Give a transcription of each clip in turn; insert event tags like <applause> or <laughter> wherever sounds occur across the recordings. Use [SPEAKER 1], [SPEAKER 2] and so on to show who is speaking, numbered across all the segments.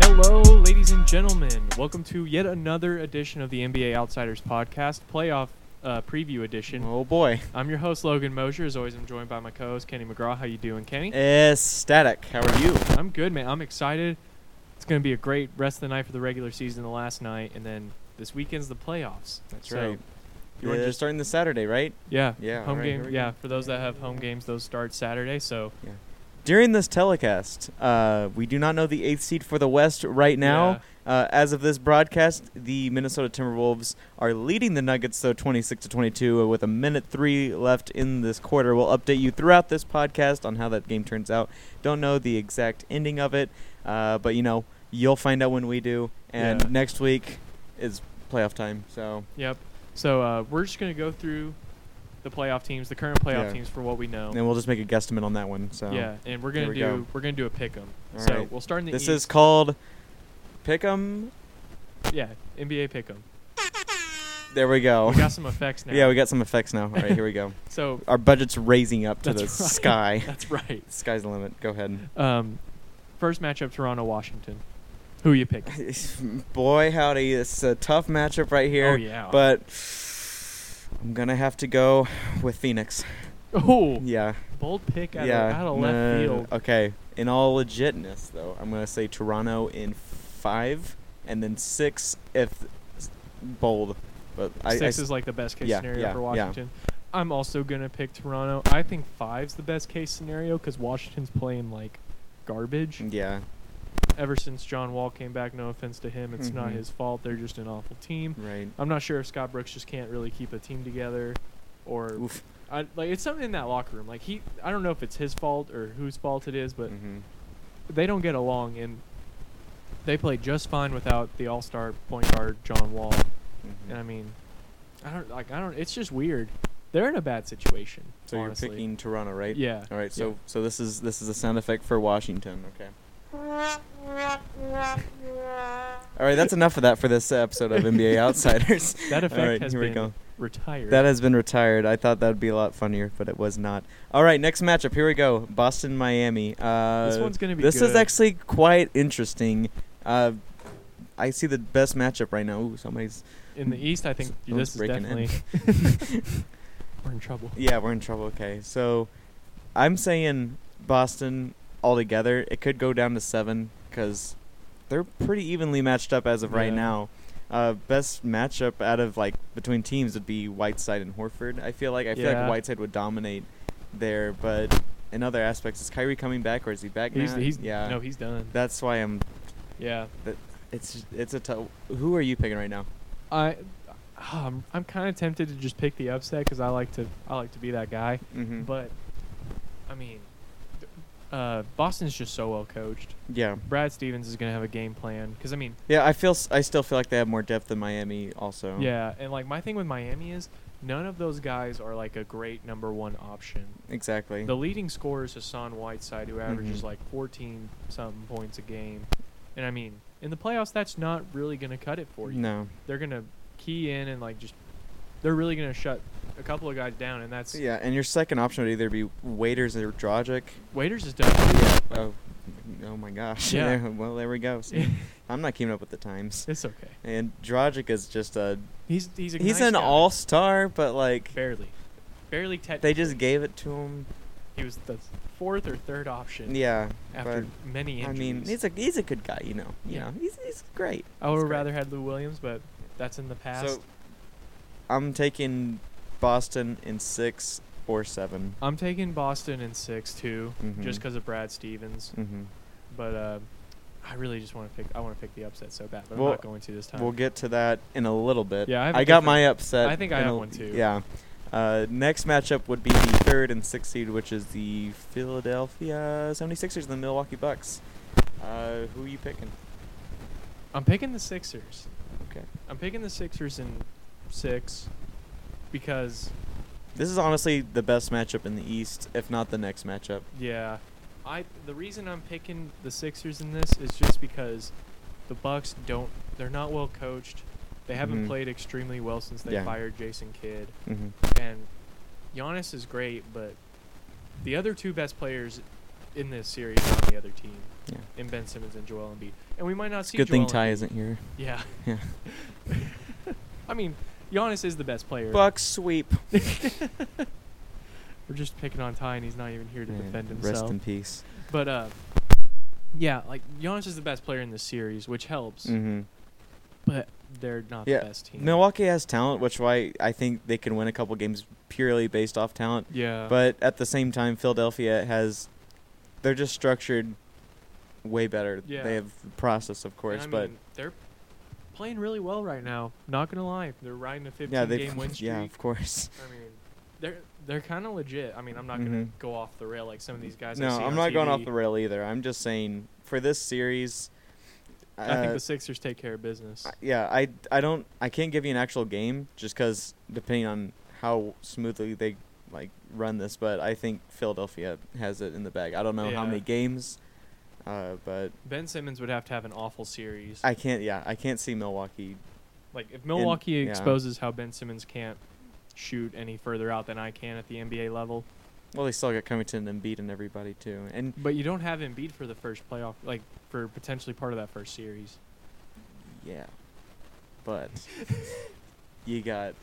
[SPEAKER 1] Hello, ladies and gentlemen. Welcome to yet another edition of the NBA Outsiders Podcast, playoff uh, preview edition.
[SPEAKER 2] Oh boy.
[SPEAKER 1] I'm your host Logan Mosher. As always, I'm joined by my co-host Kenny McGraw. How you doing, Kenny?
[SPEAKER 2] Ecstatic. How are you?
[SPEAKER 1] I'm good, man. I'm excited. It's gonna be a great rest of the night for the regular season, the last night, and then this weekend's the playoffs.
[SPEAKER 2] That's
[SPEAKER 1] So,
[SPEAKER 2] right.
[SPEAKER 1] You want to
[SPEAKER 2] They're
[SPEAKER 1] just
[SPEAKER 2] starting this Saturday, right?
[SPEAKER 1] yeah
[SPEAKER 2] Yeah,
[SPEAKER 1] home
[SPEAKER 2] alright, here
[SPEAKER 1] game
[SPEAKER 2] we
[SPEAKER 1] yeah
[SPEAKER 2] go.
[SPEAKER 1] for those that have home games those start Saturday. So
[SPEAKER 2] During this telecast, uh, we do not know the eighth seed for the West right now. Uh, as of this broadcast, the Minnesota Timberwolves are leading the Nuggets, though 26 to 22, with a minute three left in this quarter. We'll update you throughout this podcast on how that game turns out. Don't know the exact ending of it, uh, but you know you'll find out when we do. And
[SPEAKER 1] Yeah.
[SPEAKER 2] next week is playoff time, so
[SPEAKER 1] yeah, yep. So uh, we're just gonna go through the playoff teams, the current playoff
[SPEAKER 2] Yeah.
[SPEAKER 1] teams for what we know.
[SPEAKER 2] and we'll just make a guesstimate on that one. So
[SPEAKER 1] Yeah, and we're gonna
[SPEAKER 2] Here we
[SPEAKER 1] do
[SPEAKER 2] go.
[SPEAKER 1] we are gonna do a pick 'em.
[SPEAKER 2] All
[SPEAKER 1] so
[SPEAKER 2] right.
[SPEAKER 1] we'll start in the
[SPEAKER 2] This
[SPEAKER 1] East.
[SPEAKER 2] is called Pick'em.
[SPEAKER 1] yeah NBA pick 'em.
[SPEAKER 2] There we go.
[SPEAKER 1] We got some
[SPEAKER 2] <laughs>
[SPEAKER 1] effects now.
[SPEAKER 2] Oh. yeah, we got some effects now. All right, here
[SPEAKER 1] <laughs>
[SPEAKER 2] we go. <laughs>
[SPEAKER 1] so
[SPEAKER 2] Our budget's raising up to
[SPEAKER 1] That's
[SPEAKER 2] the
[SPEAKER 1] right.
[SPEAKER 2] sky.
[SPEAKER 1] <laughs> that's right.
[SPEAKER 2] <laughs> Sky's the limit. Go ahead. <laughs>
[SPEAKER 1] Um, first matchup: Toronto Washington. Who you pick?
[SPEAKER 2] <laughs> Boy, howdy, it's a tough matchup right
[SPEAKER 1] Oh
[SPEAKER 2] here.
[SPEAKER 1] yeah.
[SPEAKER 2] But I'm gonna have to go with Phoenix.
[SPEAKER 1] oh,
[SPEAKER 2] Yeah,
[SPEAKER 1] bold pick out
[SPEAKER 2] yeah.
[SPEAKER 1] of, out of
[SPEAKER 2] no,
[SPEAKER 1] left
[SPEAKER 2] no, no, no.
[SPEAKER 1] field.
[SPEAKER 2] Okay. In all legitness, though, I'm gonna say Toronto in five, and then six if bold. But I, I
[SPEAKER 1] Six
[SPEAKER 2] s-
[SPEAKER 1] is like the best case
[SPEAKER 2] yeah,
[SPEAKER 1] scenario
[SPEAKER 2] yeah,
[SPEAKER 1] for
[SPEAKER 2] yeah.
[SPEAKER 1] Washington. I'm also gonna pick Toronto. I think five's the best case scenario because Washington's playing like garbage
[SPEAKER 2] yeah,
[SPEAKER 1] ever since John Wall came back. No offense to him, it's not
[SPEAKER 2] Mhm.
[SPEAKER 1] his fault. They're just an awful team.
[SPEAKER 2] right.
[SPEAKER 1] I'm not sure if Scott Brooks just can't really keep a team together, or
[SPEAKER 2] Oof.
[SPEAKER 1] I, like it's something in that locker room. Like he, I don't know if it's his fault or whose fault it is, but
[SPEAKER 2] Mhm.
[SPEAKER 1] they don't get along, and they play just fine without the all-star point guard John Wall.
[SPEAKER 2] Mhm.
[SPEAKER 1] And I mean, I don't like I don't. It's just weird. They're in a bad situation.
[SPEAKER 2] So
[SPEAKER 1] honestly.
[SPEAKER 2] you're picking Toronto, right?
[SPEAKER 1] Yeah.
[SPEAKER 2] All right. So so this is this is a sound effect for Washington. Okay. All right. That's enough of that for this episode of
[SPEAKER 1] <laughs>
[SPEAKER 2] NBA Outsiders.
[SPEAKER 1] That
[SPEAKER 2] <laughs> All
[SPEAKER 1] effect
[SPEAKER 2] right.
[SPEAKER 1] has
[SPEAKER 2] here
[SPEAKER 1] been
[SPEAKER 2] we go.
[SPEAKER 1] retired.
[SPEAKER 2] That has been retired. I thought that'd be a lot funnier, but it was not. All right. Next matchup. Here we go. Boston, Miami. Uh,
[SPEAKER 1] this one's gonna be.
[SPEAKER 2] This is
[SPEAKER 1] good.
[SPEAKER 2] actually quite interesting. Uh, I see the best matchup right now. Ooh, somebody's.
[SPEAKER 1] in the East. I think
[SPEAKER 2] someone's
[SPEAKER 1] this is
[SPEAKER 2] breaking in.
[SPEAKER 1] definitely
[SPEAKER 2] <laughs>
[SPEAKER 1] <laughs> we're in trouble.
[SPEAKER 2] Yeah, we're in trouble. Okay, so I'm saying Boston altogether. It could go down to seven because they're pretty evenly matched up as of right
[SPEAKER 1] Yeah.
[SPEAKER 2] now. Uh, best matchup out of like between teams would be Whiteside and Horford. I feel like I feel
[SPEAKER 1] Yeah.
[SPEAKER 2] like Whiteside would dominate there, but in other aspects, is Kyrie coming back or is he back
[SPEAKER 1] He's,
[SPEAKER 2] now?
[SPEAKER 1] he's
[SPEAKER 2] yeah,
[SPEAKER 1] no, he's done.
[SPEAKER 2] that's why I'm.
[SPEAKER 1] yeah.
[SPEAKER 2] It's it's a tough. Who are you picking right now?
[SPEAKER 1] I <sighs> um, I'm kind of tempted to just pick the upset because I like to I like to be that guy.
[SPEAKER 2] Mm-hmm.
[SPEAKER 1] But I mean, th- uh, Boston's just so well coached.
[SPEAKER 2] yeah,
[SPEAKER 1] Brad Stevens is gonna have a game plan because I mean,
[SPEAKER 2] yeah. I feel s- I still feel like they have more depth than Miami. Also.
[SPEAKER 1] yeah. And like my thing with Miami is none of those guys are like a great number one option.
[SPEAKER 2] Exactly.
[SPEAKER 1] The leading scorer is Hassan Whiteside, who averages
[SPEAKER 2] Mhm.
[SPEAKER 1] like 14 something points a game. And I mean, in the playoffs, that's not really gonna cut it for you.
[SPEAKER 2] no.
[SPEAKER 1] They're gonna key in and like just they're really gonna shut a couple of guys down, and that's
[SPEAKER 2] Yeah, and your second option would either be Waiters or Drogic.
[SPEAKER 1] Waiters is done.
[SPEAKER 2] Oh, oh my gosh.
[SPEAKER 1] Yeah.
[SPEAKER 2] There- <laughs> well, there
[SPEAKER 1] <laughs>
[SPEAKER 2] we go. See, I'm not keeping up with the times.
[SPEAKER 1] it's okay.
[SPEAKER 2] And Drogic is just a
[SPEAKER 1] He's he's a
[SPEAKER 2] he's
[SPEAKER 1] nice
[SPEAKER 2] an
[SPEAKER 1] guy.
[SPEAKER 2] all star, but like
[SPEAKER 1] barely, barely tech.
[SPEAKER 2] they just gave it to him.
[SPEAKER 1] he was the fourth or third option.
[SPEAKER 2] Yeah.
[SPEAKER 1] After many
[SPEAKER 2] I
[SPEAKER 1] injuries.
[SPEAKER 2] mean, he's a he's a good guy, you know. You
[SPEAKER 1] Yeah.
[SPEAKER 2] know, he's he's great.
[SPEAKER 1] I would
[SPEAKER 2] he's
[SPEAKER 1] have
[SPEAKER 2] great.
[SPEAKER 1] rather had Lou Williams, but that's in the past.
[SPEAKER 2] So, I'm taking Boston in six or 7
[SPEAKER 1] I'm taking Boston in six too, just
[SPEAKER 2] Mhm.
[SPEAKER 1] because of Brad Stevens.
[SPEAKER 2] Mm-hmm.
[SPEAKER 1] But uh, I really just want to pick. I want to pick the upset so bad, but
[SPEAKER 2] Well,
[SPEAKER 1] I'm not going to this time.
[SPEAKER 2] We'll get to that in a little bit.
[SPEAKER 1] Yeah, I have a
[SPEAKER 2] I, got
[SPEAKER 1] different-
[SPEAKER 2] my upset.
[SPEAKER 1] I think I
[SPEAKER 2] in
[SPEAKER 1] have
[SPEAKER 2] a-
[SPEAKER 1] one too.
[SPEAKER 2] Yeah. Uh, next matchup would be the third and sixth seed, which is the Philadelphia 76ers and the Milwaukee Bucks. Uh, who you picking?
[SPEAKER 1] I'm picking the Sixers.
[SPEAKER 2] Okay.
[SPEAKER 1] I'm picking the Sixers in six because
[SPEAKER 2] This is honestly the best matchup in the East, if not the next matchup.
[SPEAKER 1] Yeah, I the reason I'm picking the Sixers in this is just because the Bucks don't they're not well coached. They haven't
[SPEAKER 2] Mhm.
[SPEAKER 1] played extremely well since they
[SPEAKER 2] Yeah.
[SPEAKER 1] fired Jason Kidd,
[SPEAKER 2] Mm-hmm.
[SPEAKER 1] and Giannis is great, but the other two best players in this series on the other team
[SPEAKER 2] Yeah.
[SPEAKER 1] in Ben Simmons and Joel Embiid, and we might not see.
[SPEAKER 2] Good thing
[SPEAKER 1] Joel
[SPEAKER 2] Ty
[SPEAKER 1] Embiid.
[SPEAKER 2] isn't here. <laughs>
[SPEAKER 1] Yeah. <laughs>
[SPEAKER 2] Yeah.
[SPEAKER 1] I mean, Giannis is the best player.
[SPEAKER 2] Buck sweep.
[SPEAKER 1] We're just picking on Ty, and he's not even here to
[SPEAKER 2] Man,
[SPEAKER 1] defend himself.
[SPEAKER 2] rest in peace.
[SPEAKER 1] But uh, yeah, like Giannis is the best player in this series, which helps.
[SPEAKER 2] Mm-hmm.
[SPEAKER 1] But they're not
[SPEAKER 2] Yeah.
[SPEAKER 1] the best team.
[SPEAKER 2] Milwaukee has talent, which why I think they can win a couple games purely based off talent.
[SPEAKER 1] Yeah.
[SPEAKER 2] But at the same time, Philadelphia has they're just structured way better.
[SPEAKER 1] Yeah.
[SPEAKER 2] They have the process, of
[SPEAKER 1] And
[SPEAKER 2] course,
[SPEAKER 1] I
[SPEAKER 2] but
[SPEAKER 1] mean, they're playing really well right now. Not gonna lie, they're riding a 15
[SPEAKER 2] yeah, they <laughs>
[SPEAKER 1] game win streak.
[SPEAKER 2] yeah, of course.
[SPEAKER 1] I mean, they're they're kind of legit. I mean, I'm not gonna
[SPEAKER 2] Mhm.
[SPEAKER 1] go off the rail like some of these guys.
[SPEAKER 2] No,
[SPEAKER 1] I see
[SPEAKER 2] I'm
[SPEAKER 1] on
[SPEAKER 2] not going
[SPEAKER 1] TV.
[SPEAKER 2] off the rail either. I'm just saying for this series,
[SPEAKER 1] I think
[SPEAKER 2] uh,
[SPEAKER 1] the Sixers take care of business.
[SPEAKER 2] I- yeah, I I don't I can't give you an actual game just because depending on how smoothly they like run this, but I think Philadelphia has it in the bag. I don't know how
[SPEAKER 1] Yeah.
[SPEAKER 2] many games, uh, but
[SPEAKER 1] ben Simmons would have to have an awful series.
[SPEAKER 2] I can't. Yeah, I can't see Milwaukee.
[SPEAKER 1] like if Milwaukee
[SPEAKER 2] yeah.
[SPEAKER 1] exposes how Ben Simmons can't shoot any further out than I can at the NBA level,
[SPEAKER 2] Well, they still got Covington and Embiid and everybody too, and
[SPEAKER 1] but you don't have Embiid for the first playoff, like for potentially part of that first series.
[SPEAKER 2] yeah,
[SPEAKER 1] <laughs>
[SPEAKER 2] but you got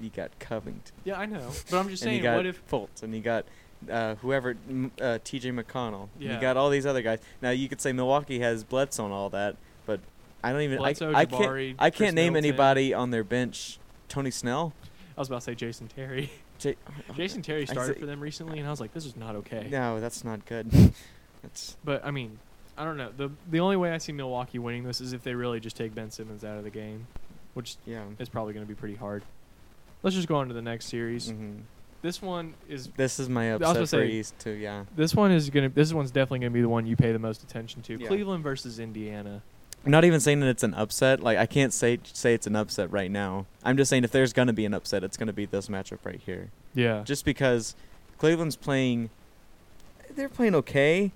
[SPEAKER 2] you got Covington.
[SPEAKER 1] Yeah, I know, but I'm just
[SPEAKER 2] and
[SPEAKER 1] saying,
[SPEAKER 2] you got
[SPEAKER 1] what if
[SPEAKER 2] Fultz, and you got uh, whoever m- uh, T.J. McConnell. and
[SPEAKER 1] Yeah.
[SPEAKER 2] You got all these other guys. Now you could say Milwaukee has Bledsoe and all that, but I don't even.
[SPEAKER 1] Bledsoe,
[SPEAKER 2] I, I can't.
[SPEAKER 1] Jabari,
[SPEAKER 2] I
[SPEAKER 1] Chris
[SPEAKER 2] can't name
[SPEAKER 1] Middleton.
[SPEAKER 2] anybody on their bench. Tony Snell.
[SPEAKER 1] I was about to say Jason
[SPEAKER 2] <laughs>
[SPEAKER 1] Terry?
[SPEAKER 2] J- uh,
[SPEAKER 1] Jason Terry
[SPEAKER 2] I
[SPEAKER 1] started
[SPEAKER 2] say-
[SPEAKER 1] for them recently, and I was like, this is not okay.
[SPEAKER 2] No, that's not
[SPEAKER 1] <laughs>
[SPEAKER 2] good. that's
[SPEAKER 1] But I mean, I don't know. the The only way I see Milwaukee winning this is if they really just take Ben Simmons out of the game, which
[SPEAKER 2] yeah.
[SPEAKER 1] is probably going to be pretty hard. Let's just go on to the next series.
[SPEAKER 2] hmm
[SPEAKER 1] This one is
[SPEAKER 2] This is my
[SPEAKER 1] was gonna
[SPEAKER 2] upset for
[SPEAKER 1] say-
[SPEAKER 2] East too. Yeah.
[SPEAKER 1] this one is gonna this one's definitely gonna be the one you pay the most attention to.
[SPEAKER 2] Yeah.
[SPEAKER 1] Cleveland versus Indiana.
[SPEAKER 2] I'm not even saying that it's an upset. Like I can't say say it's an upset right now. I'm just saying if there's gonna be an upset, it's gonna be this matchup right here.
[SPEAKER 1] Yeah.
[SPEAKER 2] Just because Cleveland's playing, they're playing okay.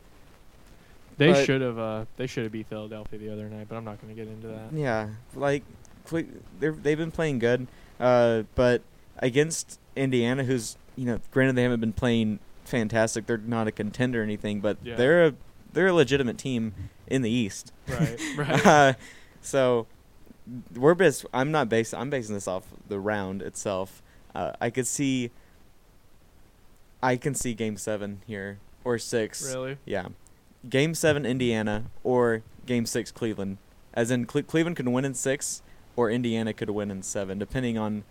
[SPEAKER 1] They
[SPEAKER 2] but-
[SPEAKER 1] should have uh they should have beat Philadelphia the other night, but I'm not gonna get into
[SPEAKER 2] <laughs>
[SPEAKER 1] that.
[SPEAKER 2] Yeah, like Cle- they're they've been playing good, uh, but against Indiana, who's you know, granted they haven't been playing fantastic. They're not a contender or anything, but
[SPEAKER 1] Yeah.
[SPEAKER 2] they're a they're a legitimate team in the East.
[SPEAKER 1] Right. Right.
[SPEAKER 2] Uh, <laughs> so we're bas- I'm not basing. I'm basing this off the round itself. Uh, I could see. I can see Game Seven here or six.
[SPEAKER 1] really?
[SPEAKER 2] Yeah, Game Seven Indiana or Game Six Cleveland. As in, Cle- Cleveland could win in six, or Indiana could win in seven, depending on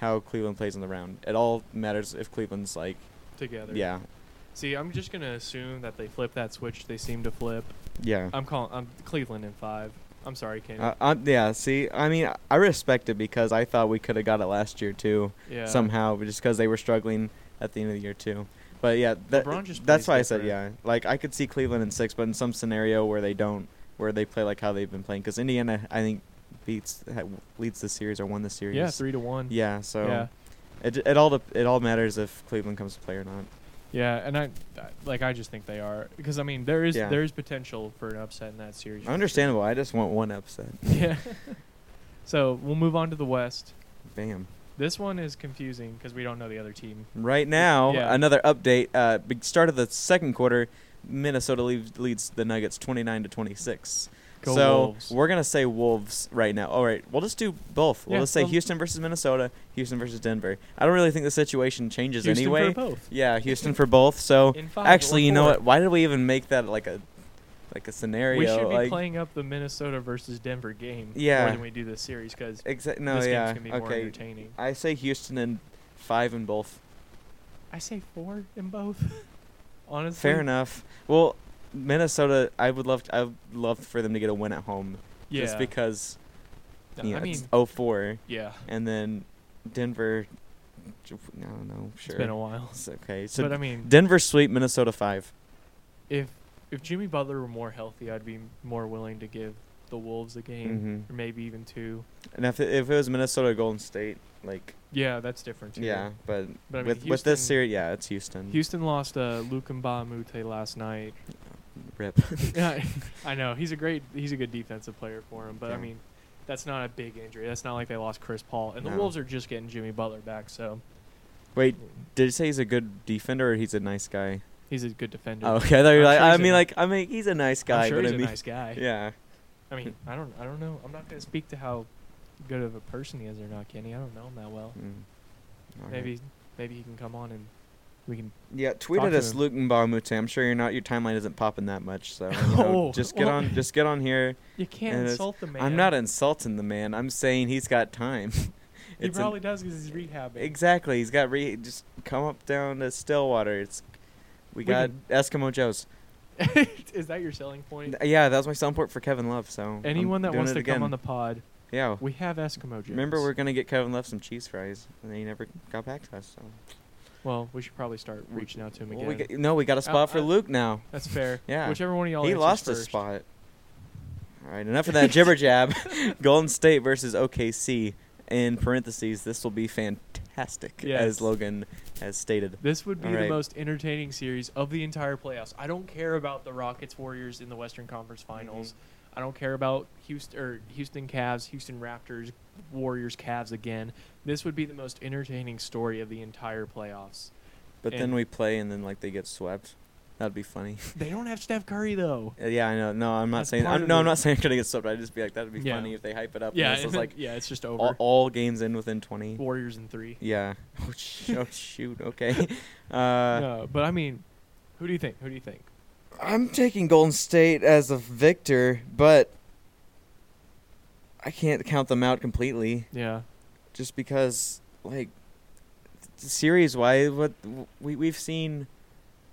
[SPEAKER 2] how Cleveland plays in the round. It all matters if Cleveland's like,
[SPEAKER 1] Together.
[SPEAKER 2] yeah,
[SPEAKER 1] See, I'm just gonna assume that they flip that switch they seem to flip.
[SPEAKER 2] yeah.
[SPEAKER 1] I'm calling I'm Cleveland in five. I'm sorry, Kenny.
[SPEAKER 2] Uh, uh, yeah, see, I mean, I respect it because I thought we could have got it last year too.
[SPEAKER 1] yeah.
[SPEAKER 2] somehow but just because they were struggling at the end of the year too. But yeah, that,
[SPEAKER 1] LeBron just
[SPEAKER 2] that's
[SPEAKER 1] plays
[SPEAKER 2] why I said yeah.
[SPEAKER 1] different.
[SPEAKER 2] Like I could see Cleveland in six, but in some scenario where they don't, where they play like how they've been playing, because Indiana I think beats ha- leads the series or won the series.
[SPEAKER 1] Yeah, three to one.
[SPEAKER 2] Yeah, so
[SPEAKER 1] Yeah.
[SPEAKER 2] it it all dep- it all matters if Cleveland comes to play or not.
[SPEAKER 1] Yeah, and I I- like I just think they are because I mean there is
[SPEAKER 2] Yeah.
[SPEAKER 1] there is potential for an upset in that series. for sure.
[SPEAKER 2] Understandable. I just want one upset.
[SPEAKER 1] <laughs> Yeah. so we'll move on to the West.
[SPEAKER 2] Bam.
[SPEAKER 1] This one is confusing because we don't know the other team.
[SPEAKER 2] Right now,
[SPEAKER 1] Yeah.
[SPEAKER 2] another update. Uh, big start of the second quarter, Minnesota leads, leads the Nuggets twenty nine to twenty six.
[SPEAKER 1] Go
[SPEAKER 2] so
[SPEAKER 1] Wolves.
[SPEAKER 2] we're gonna say Wolves right now. All right, we'll just do both. We'll
[SPEAKER 1] Yeah,
[SPEAKER 2] just say
[SPEAKER 1] well-
[SPEAKER 2] Houston versus Minnesota, Houston versus Denver. I don't really think the situation changes
[SPEAKER 1] Houston
[SPEAKER 2] anyway.
[SPEAKER 1] for both.
[SPEAKER 2] Yeah, Houston for both. So
[SPEAKER 1] In five
[SPEAKER 2] actually,
[SPEAKER 1] or
[SPEAKER 2] you know
[SPEAKER 1] four.
[SPEAKER 2] what? Why did we even make that like a like a scenario?
[SPEAKER 1] We should be
[SPEAKER 2] like,
[SPEAKER 1] playing up the Minnesota versus Denver game
[SPEAKER 2] Yeah.
[SPEAKER 1] more than we do this series because
[SPEAKER 2] Exa- no,
[SPEAKER 1] this game's
[SPEAKER 2] yeah.
[SPEAKER 1] gonna be more
[SPEAKER 2] okay.
[SPEAKER 1] entertaining.
[SPEAKER 2] I say Houston in five in both.
[SPEAKER 1] I say four in both. <laughs> Honestly,
[SPEAKER 2] Fair enough. Well, Minnesota, I would love I would love for them to get a win at home
[SPEAKER 1] Yeah,
[SPEAKER 2] just because
[SPEAKER 1] No,
[SPEAKER 2] you know,
[SPEAKER 1] I mean,
[SPEAKER 2] it's 0-4
[SPEAKER 1] yeah,
[SPEAKER 2] and then Denver I don't know, sure.
[SPEAKER 1] it's been a while.
[SPEAKER 2] It's okay. So
[SPEAKER 1] but I mean,
[SPEAKER 2] Denver sweep Minnesota five.
[SPEAKER 1] if if Jimmy Butler were more healthy, I'd be more willing to give the Wolves a game
[SPEAKER 2] Mm-hmm.
[SPEAKER 1] or maybe even two.
[SPEAKER 2] And if it, if it was Minnesota Golden State, like
[SPEAKER 1] Yeah, that's different too.
[SPEAKER 2] yeah, but,
[SPEAKER 1] But I mean,
[SPEAKER 2] with with this
[SPEAKER 1] Houston-
[SPEAKER 2] series, yeah, it's Houston.
[SPEAKER 1] Houston lost uh, Luke Mbamute last
[SPEAKER 2] <laughs>
[SPEAKER 1] night. <laughs>
[SPEAKER 2] Rip.
[SPEAKER 1] Yeah, I know he's a great, he's a good defensive player for him, but I
[SPEAKER 2] Yeah.
[SPEAKER 1] mean, that's not a big injury. That's not like they lost Chris Paul, and the
[SPEAKER 2] No.
[SPEAKER 1] Wolves are just getting Jimmy Butler back. So
[SPEAKER 2] Wait, did you say he's a good defender or he's a nice guy?
[SPEAKER 1] He's a good defender.
[SPEAKER 2] Oh, okay, I thought you
[SPEAKER 1] I'm
[SPEAKER 2] were like,
[SPEAKER 1] sure
[SPEAKER 2] I
[SPEAKER 1] he's a-
[SPEAKER 2] mean, like, I mean, he's a nice guy,
[SPEAKER 1] I'm sure
[SPEAKER 2] but
[SPEAKER 1] he's
[SPEAKER 2] I
[SPEAKER 1] a
[SPEAKER 2] mean,
[SPEAKER 1] nice guy.
[SPEAKER 2] <laughs> yeah,
[SPEAKER 1] I mean, I don't, I don't know. I'm not gonna speak to how good of a person he is or not, Kenny. I don't know him that well.
[SPEAKER 2] Mm. All right.
[SPEAKER 1] maybe, maybe he can come on and we can.
[SPEAKER 2] Yeah, tweet
[SPEAKER 1] Talk
[SPEAKER 2] at
[SPEAKER 1] to
[SPEAKER 2] us,
[SPEAKER 1] them.
[SPEAKER 2] Luke Mbamute. I'm sure you're not your timeline isn't popping that much, so you know,
[SPEAKER 1] <laughs> Oh,
[SPEAKER 2] just get
[SPEAKER 1] well-
[SPEAKER 2] on, just get on here.
[SPEAKER 1] You can't
[SPEAKER 2] And it's-
[SPEAKER 1] insult the man.
[SPEAKER 2] I'm not insulting the man. I'm saying he's got time. <laughs>
[SPEAKER 1] He
[SPEAKER 2] an-
[SPEAKER 1] probably does because he's rehabbing.
[SPEAKER 2] <laughs> exactly. He's got re. Just come up down to Stillwater. It's we,
[SPEAKER 1] We
[SPEAKER 2] got
[SPEAKER 1] can-
[SPEAKER 2] Eskimo Joe's.
[SPEAKER 1] is that your selling point?
[SPEAKER 2] Th- Yeah, that was my sound port for Kevin Love. So I'm
[SPEAKER 1] Anyone that
[SPEAKER 2] doing
[SPEAKER 1] wants
[SPEAKER 2] it
[SPEAKER 1] to come
[SPEAKER 2] again.
[SPEAKER 1] on the pod,
[SPEAKER 2] yeah.
[SPEAKER 1] we have Eskimo Jones.
[SPEAKER 2] Remember, we're gonna get Kevin Love some cheese fries, and he never got back to us. So
[SPEAKER 1] well. We should probably start reaching out to him
[SPEAKER 2] Well,
[SPEAKER 1] again.
[SPEAKER 2] we got- no, we
[SPEAKER 1] Uh,
[SPEAKER 2] got a spot for
[SPEAKER 1] I-
[SPEAKER 2] Luke now.
[SPEAKER 1] That's fair.
[SPEAKER 2] <laughs> Yeah.
[SPEAKER 1] Whichever one of y'all
[SPEAKER 2] he
[SPEAKER 1] answers
[SPEAKER 2] lost
[SPEAKER 1] first.
[SPEAKER 2] his spot. All right, enough of that
[SPEAKER 1] <laughs>
[SPEAKER 2] jibber jab. <laughs> Golden State versus OKC. In parentheses, this will be fantastic, as
[SPEAKER 1] Yes.
[SPEAKER 2] Logan has stated.
[SPEAKER 1] This would be
[SPEAKER 2] Alright.
[SPEAKER 1] the most entertaining series of the entire playoffs. I don't care about the Rockets Warriors in the Western Conference
[SPEAKER 2] Mm-hmm.
[SPEAKER 1] Finals. I don't care about Houston or Houston Cavs, Houston Raptors, Warriors Cavs again. This would be the most entertaining story of the entire playoffs.
[SPEAKER 2] But then
[SPEAKER 1] And-
[SPEAKER 2] we play, and then like they get swept. That'd
[SPEAKER 1] <laughs>
[SPEAKER 2] be funny.
[SPEAKER 1] They don't have Steph Curry though.
[SPEAKER 2] Uh, yeah, I know. No, I'm not
[SPEAKER 1] That's
[SPEAKER 2] saying.
[SPEAKER 1] part
[SPEAKER 2] I'm,
[SPEAKER 1] of
[SPEAKER 2] no,
[SPEAKER 1] the-
[SPEAKER 2] I'm not <laughs> saying they're gonna get swept. I'd just be like, that'd be
[SPEAKER 1] Yeah.
[SPEAKER 2] funny if they hype it up.
[SPEAKER 1] yeah,
[SPEAKER 2] and
[SPEAKER 1] <laughs>
[SPEAKER 2] this is like
[SPEAKER 1] yeah, it's just over.
[SPEAKER 2] all, all games in within 20.
[SPEAKER 1] Warriors in three.
[SPEAKER 2] Yeah. <laughs> Oh, sh- oh shoot.
[SPEAKER 1] <laughs>
[SPEAKER 2] Okay. Uh,
[SPEAKER 1] no, but I mean, who do you think? Who do you think?
[SPEAKER 2] I'm taking Golden State as a victor, but I can't count them out completely
[SPEAKER 1] Yeah,
[SPEAKER 2] just because like series wise what we we've seen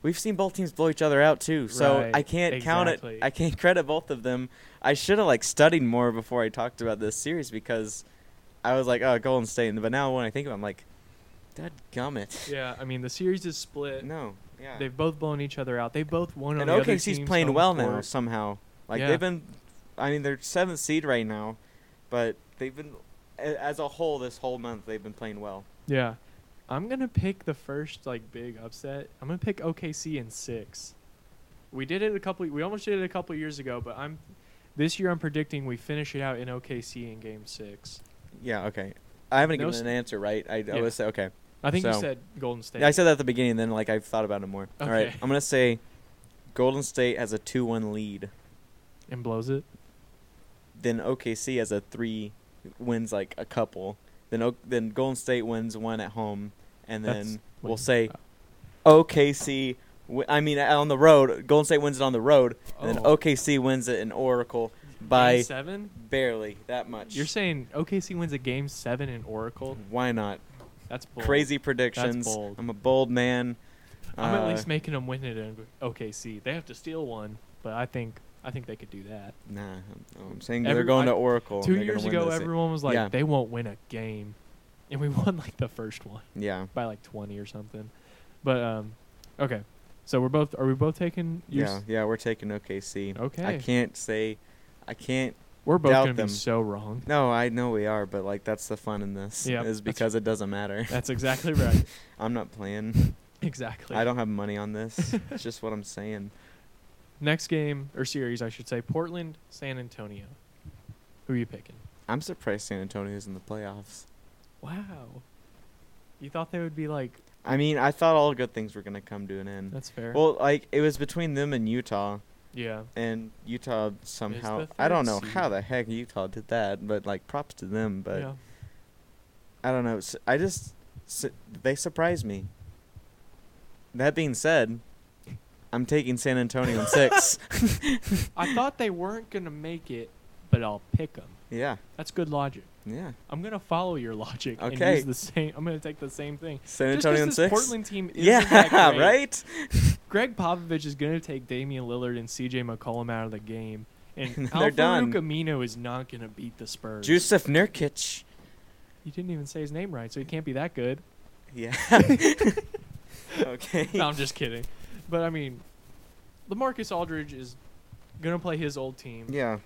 [SPEAKER 2] we've seen both teams blow each other out too. So
[SPEAKER 1] Right,
[SPEAKER 2] I can't count it.
[SPEAKER 1] exactly.
[SPEAKER 2] I can't credit both of them. I should have like studied more before I talked about this series because I was like, oh, Golden State, but now when I think of it, I'm like, that gummit.
[SPEAKER 1] yeah. I mean, the series is split.
[SPEAKER 2] No. Yeah.
[SPEAKER 1] They've both blown each other out. They both won
[SPEAKER 2] And
[SPEAKER 1] on the other
[SPEAKER 2] OKC's
[SPEAKER 1] team's
[SPEAKER 2] playing
[SPEAKER 1] home
[SPEAKER 2] well now
[SPEAKER 1] court.
[SPEAKER 2] somehow. Like
[SPEAKER 1] Yeah.
[SPEAKER 2] they've been, I mean, they're seventh seed right now, but they've been, a- as a whole, this whole month they've been playing well.
[SPEAKER 1] Yeah. I'm gonna pick the first like big upset. I'm gonna pick OKC in six. We did it a couple. We almost did it a couple years ago, but I'm this year. I'm predicting we finish it out in OKC in Game Six.
[SPEAKER 2] Yeah. Okay. I haven't
[SPEAKER 1] No
[SPEAKER 2] given an answer, right? I, I
[SPEAKER 1] Yeah.
[SPEAKER 2] was say okay.
[SPEAKER 1] I think
[SPEAKER 2] So-
[SPEAKER 1] you said Golden State.
[SPEAKER 2] Yeah, I said that at the beginning. Then like I've thought about it more. All right.
[SPEAKER 1] Okay.
[SPEAKER 2] I'm gonna say, Golden State has a two-one lead.
[SPEAKER 1] and blows it.
[SPEAKER 2] Then OKC has a three, wins like a couple. Then o- then Golden State wins one at home, and then
[SPEAKER 1] That's
[SPEAKER 2] we'll
[SPEAKER 1] what-
[SPEAKER 2] say OKC. wi- I mean, uh, on the road, Golden State wins it on the road, and then
[SPEAKER 1] Oh.
[SPEAKER 2] OKC wins it in Oracle
[SPEAKER 1] Game
[SPEAKER 2] by
[SPEAKER 1] seven.
[SPEAKER 2] barely that much.
[SPEAKER 1] You're saying OKC wins a Game Seven in Oracle?
[SPEAKER 2] why not?
[SPEAKER 1] That's bold.
[SPEAKER 2] Crazy predictions.
[SPEAKER 1] bold.
[SPEAKER 2] I'm a bold man.
[SPEAKER 1] I'm
[SPEAKER 2] Uh,
[SPEAKER 1] at least making them win it in OKC. They have to steal one, but I think I think they could do that.
[SPEAKER 2] Nah, I'm- no, I'm saying they're
[SPEAKER 1] Every-
[SPEAKER 2] going
[SPEAKER 1] I-
[SPEAKER 2] to Oracle. and
[SPEAKER 1] Two
[SPEAKER 2] they're gonna
[SPEAKER 1] years
[SPEAKER 2] win
[SPEAKER 1] ago,
[SPEAKER 2] this.
[SPEAKER 1] everyone was like,
[SPEAKER 2] Yeah.
[SPEAKER 1] they won't win a game. And we <laughs> won like the first one
[SPEAKER 2] Yeah,
[SPEAKER 1] by like 20 or something. But, um, okay. So we're both, are we both taking? yours?
[SPEAKER 2] yeah, yeah. We're taking OKC.
[SPEAKER 1] Okay.
[SPEAKER 2] I can't say, I can't.
[SPEAKER 1] we're both
[SPEAKER 2] doubt
[SPEAKER 1] going to
[SPEAKER 2] them.
[SPEAKER 1] be so wrong.
[SPEAKER 2] No, I know we are, but like that's the fun in this.
[SPEAKER 1] Yep,
[SPEAKER 2] is
[SPEAKER 1] that's-
[SPEAKER 2] because it doesn't matter. <laughs>
[SPEAKER 1] That's exactly right. <laughs>
[SPEAKER 2] I'm not playing.
[SPEAKER 1] exactly.
[SPEAKER 2] I don't have money
[SPEAKER 1] <laughs>
[SPEAKER 2] on this. it's just what I'm saying.
[SPEAKER 1] Next game or series, I should say Portland, San Antonio. Who are you picking?
[SPEAKER 2] I'm surprised San Antonio's in the playoffs.
[SPEAKER 1] Wow. You thought they would be like,
[SPEAKER 2] I mean, I thought all good things were gonna come to an end.
[SPEAKER 1] that's fair.
[SPEAKER 2] Hmm. Well, like it was between them and Utah,
[SPEAKER 1] yeah.
[SPEAKER 2] and Utah somehow
[SPEAKER 1] the
[SPEAKER 2] I don't know
[SPEAKER 1] third
[SPEAKER 2] how
[SPEAKER 1] seed.
[SPEAKER 2] the heck Utah did that, but like props to them. But
[SPEAKER 1] yeah.
[SPEAKER 2] I don't know. S- I just s- they surprised me. That being said, I'm taking San Antonio
[SPEAKER 1] <laughs>
[SPEAKER 2] in six.
[SPEAKER 1] I thought they weren't going to make it, but I'll pick them.
[SPEAKER 2] yeah,
[SPEAKER 1] That's good logic.
[SPEAKER 2] yeah.
[SPEAKER 1] I'm gonna follow your <laughs> logic and
[SPEAKER 2] Okay.
[SPEAKER 1] use the same. I'm gonna take the same thing. Just
[SPEAKER 2] San
[SPEAKER 1] 'cause
[SPEAKER 2] Antonio in
[SPEAKER 1] this
[SPEAKER 2] six.
[SPEAKER 1] Portland team. Isn't that
[SPEAKER 2] yeah,
[SPEAKER 1] great,
[SPEAKER 2] <laughs> right.
[SPEAKER 1] Greg Popovich is gonna take Damian Lillard and C.J. McCollum out of the game, and
[SPEAKER 2] <laughs> They're done.
[SPEAKER 1] Alfaru Amino is not gonna beat the Spurs.
[SPEAKER 2] Joseph Nurkic.
[SPEAKER 1] You didn't even say his name right, so he can't be that
[SPEAKER 2] <laughs>
[SPEAKER 1] good. <laughs>
[SPEAKER 2] Yeah. okay.
[SPEAKER 1] No, I'm just kidding. But I mean, LaMarcus Aldridge is gonna play his old team.
[SPEAKER 2] Yeah.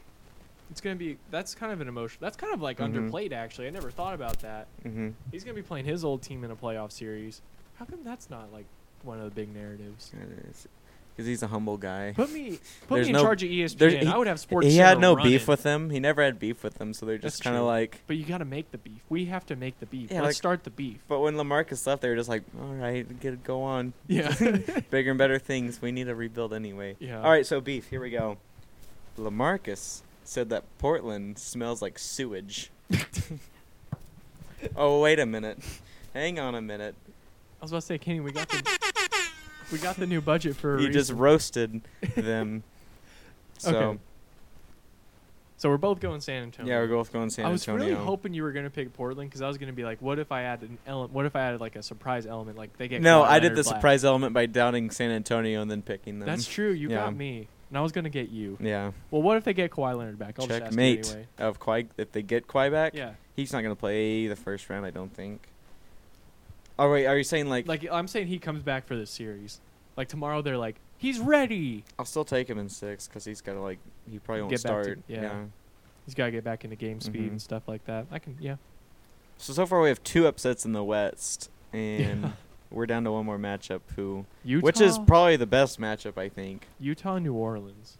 [SPEAKER 1] It's gonna be. That's kind of an emotion. That's kind of like
[SPEAKER 2] Mhm.
[SPEAKER 1] underplayed actually. I never thought about that.
[SPEAKER 2] hmm
[SPEAKER 1] He's gonna be playing his old team in a playoff series. How come that's not like one of the big narratives?
[SPEAKER 2] It is. because he's a humble guy.
[SPEAKER 1] Put me, put
[SPEAKER 2] There's
[SPEAKER 1] me in
[SPEAKER 2] no-
[SPEAKER 1] charge of E
[SPEAKER 2] there-
[SPEAKER 1] ESPN.
[SPEAKER 2] he-
[SPEAKER 1] I would have sports.
[SPEAKER 2] He had
[SPEAKER 1] Center
[SPEAKER 2] no
[SPEAKER 1] running.
[SPEAKER 2] beef with them. He never had beef with them, so they're just
[SPEAKER 1] That's
[SPEAKER 2] kind of
[SPEAKER 1] true.
[SPEAKER 2] like.
[SPEAKER 1] But you got to make the beef. We have to make the beef.
[SPEAKER 2] Yeah,
[SPEAKER 1] Let's
[SPEAKER 2] like-
[SPEAKER 1] start the
[SPEAKER 2] <laughs>
[SPEAKER 1] beef.
[SPEAKER 2] But when Lamarcus left, they were just like, "All right, get go on,
[SPEAKER 1] Yeah. <laughs>
[SPEAKER 2] bigger and better things. We need to rebuild anyway."
[SPEAKER 1] yeah.
[SPEAKER 2] All right, so beef. Here we go. Lamarcus said that Portland smells
[SPEAKER 1] <laughs>
[SPEAKER 2] like sewage. oh wait a minute, hang on a minute.
[SPEAKER 1] I was about to say, Kenny, we got the we got the new budget for. a
[SPEAKER 2] He just
[SPEAKER 1] reason.
[SPEAKER 2] roasted
[SPEAKER 1] <laughs>
[SPEAKER 2] them. So
[SPEAKER 1] Okay. so we're both going San Antonio.
[SPEAKER 2] yeah, we're both going San
[SPEAKER 1] I was
[SPEAKER 2] Antonio.
[SPEAKER 1] really hoping you were gonna pick Portland because I was gonna be like, what if I added an element? What if I added like a surprise element? Like they get
[SPEAKER 2] no,
[SPEAKER 1] Kawhi
[SPEAKER 2] I did
[SPEAKER 1] Leonard
[SPEAKER 2] the
[SPEAKER 1] back.
[SPEAKER 2] surprise element by doubting San Antonio and then picking them.
[SPEAKER 1] That's true. You
[SPEAKER 2] Yeah.
[SPEAKER 1] got me, and I was gonna get you.
[SPEAKER 2] yeah.
[SPEAKER 1] Well, what if they get Kawhi Leonard back? I'll just ask you
[SPEAKER 2] Checkmate
[SPEAKER 1] anyway.
[SPEAKER 2] of Kawhi. If they get Kawhi back,
[SPEAKER 1] Yeah,
[SPEAKER 2] he's not gonna play the first round. I don't think. Oh wait, are you saying like,
[SPEAKER 1] like I'm saying, he comes back for this series. Like tomorrow, they're like, he's ready.
[SPEAKER 2] I'll still take him in six because he's gotta like he probably won't
[SPEAKER 1] Get back to-
[SPEAKER 2] start.
[SPEAKER 1] yeah. He's gotta get back into game speed
[SPEAKER 2] Mhm.
[SPEAKER 1] and stuff like that. I can, yeah.
[SPEAKER 2] So so far we have two upsets in the West, and
[SPEAKER 1] Yeah.
[SPEAKER 2] <laughs> we're down to one more matchup. Who,
[SPEAKER 1] Utah,
[SPEAKER 2] which is probably the best matchup I think.
[SPEAKER 1] Utah, New Orleans.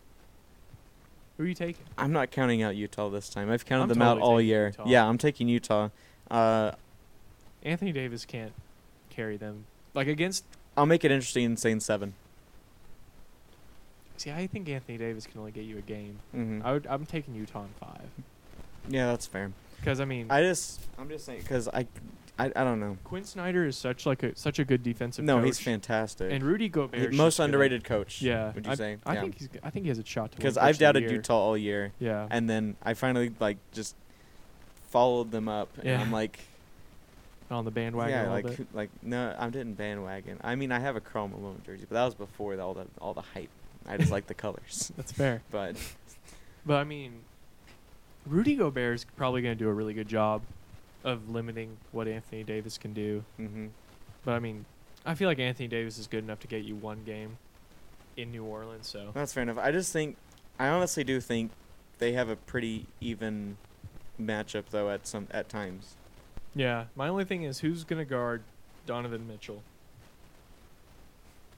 [SPEAKER 1] Who are you taking?
[SPEAKER 2] I'm not counting out Utah this time. I've counted
[SPEAKER 1] I'm
[SPEAKER 2] them out
[SPEAKER 1] totally
[SPEAKER 2] all
[SPEAKER 1] taking
[SPEAKER 2] year.
[SPEAKER 1] Utah.
[SPEAKER 2] Yeah, I'm taking Utah. Uh,
[SPEAKER 1] Anthony Davis can't carry them. Like against,
[SPEAKER 2] I'll make it interesting and saying seven.
[SPEAKER 1] see, I think Anthony Davis can only get you a game.
[SPEAKER 2] Mm-hmm.
[SPEAKER 1] I would, I'm taking Utah in five
[SPEAKER 2] yeah, that's fair.
[SPEAKER 1] because I mean,
[SPEAKER 2] I just I'm just saying because I, I I don't know.
[SPEAKER 1] Quinn Snyder is such like a such a good defensive.
[SPEAKER 2] no,
[SPEAKER 1] coach.
[SPEAKER 2] he's fantastic.
[SPEAKER 1] And Rudy Gobert,
[SPEAKER 2] He-
[SPEAKER 1] is just
[SPEAKER 2] most
[SPEAKER 1] gonna-
[SPEAKER 2] underrated coach.
[SPEAKER 1] Yeah,
[SPEAKER 2] Would you
[SPEAKER 1] I-
[SPEAKER 2] say?
[SPEAKER 1] I think he's. g- I think he has a shot to. win
[SPEAKER 2] because
[SPEAKER 1] Coach
[SPEAKER 2] I've
[SPEAKER 1] of the
[SPEAKER 2] doubted
[SPEAKER 1] Year.
[SPEAKER 2] Utah all year,
[SPEAKER 1] Yeah.
[SPEAKER 2] and then I finally like just followed them up, and
[SPEAKER 1] Yeah.
[SPEAKER 2] I'm like,
[SPEAKER 1] on the bandwagon
[SPEAKER 2] yeah,
[SPEAKER 1] a
[SPEAKER 2] like
[SPEAKER 1] little bit.
[SPEAKER 2] who- like no, I didn't bandwagon. I mean, I have a Chrome Malone jersey, but that was before the, all the all the hype. I just like the colors, <laughs>
[SPEAKER 1] That's fair.
[SPEAKER 2] but
[SPEAKER 1] But I mean, Rudy Gobert's probably going to do a really good job of limiting what Anthony Davis can do.
[SPEAKER 2] hmm
[SPEAKER 1] But I mean, I feel like Anthony Davis is good enough to get you one game in New Orleans. So
[SPEAKER 2] that's fair enough. I just think, I honestly do think they have a pretty even matchup though at some at times.
[SPEAKER 1] yeah, my only thing is who's going to guard Donovan Mitchell?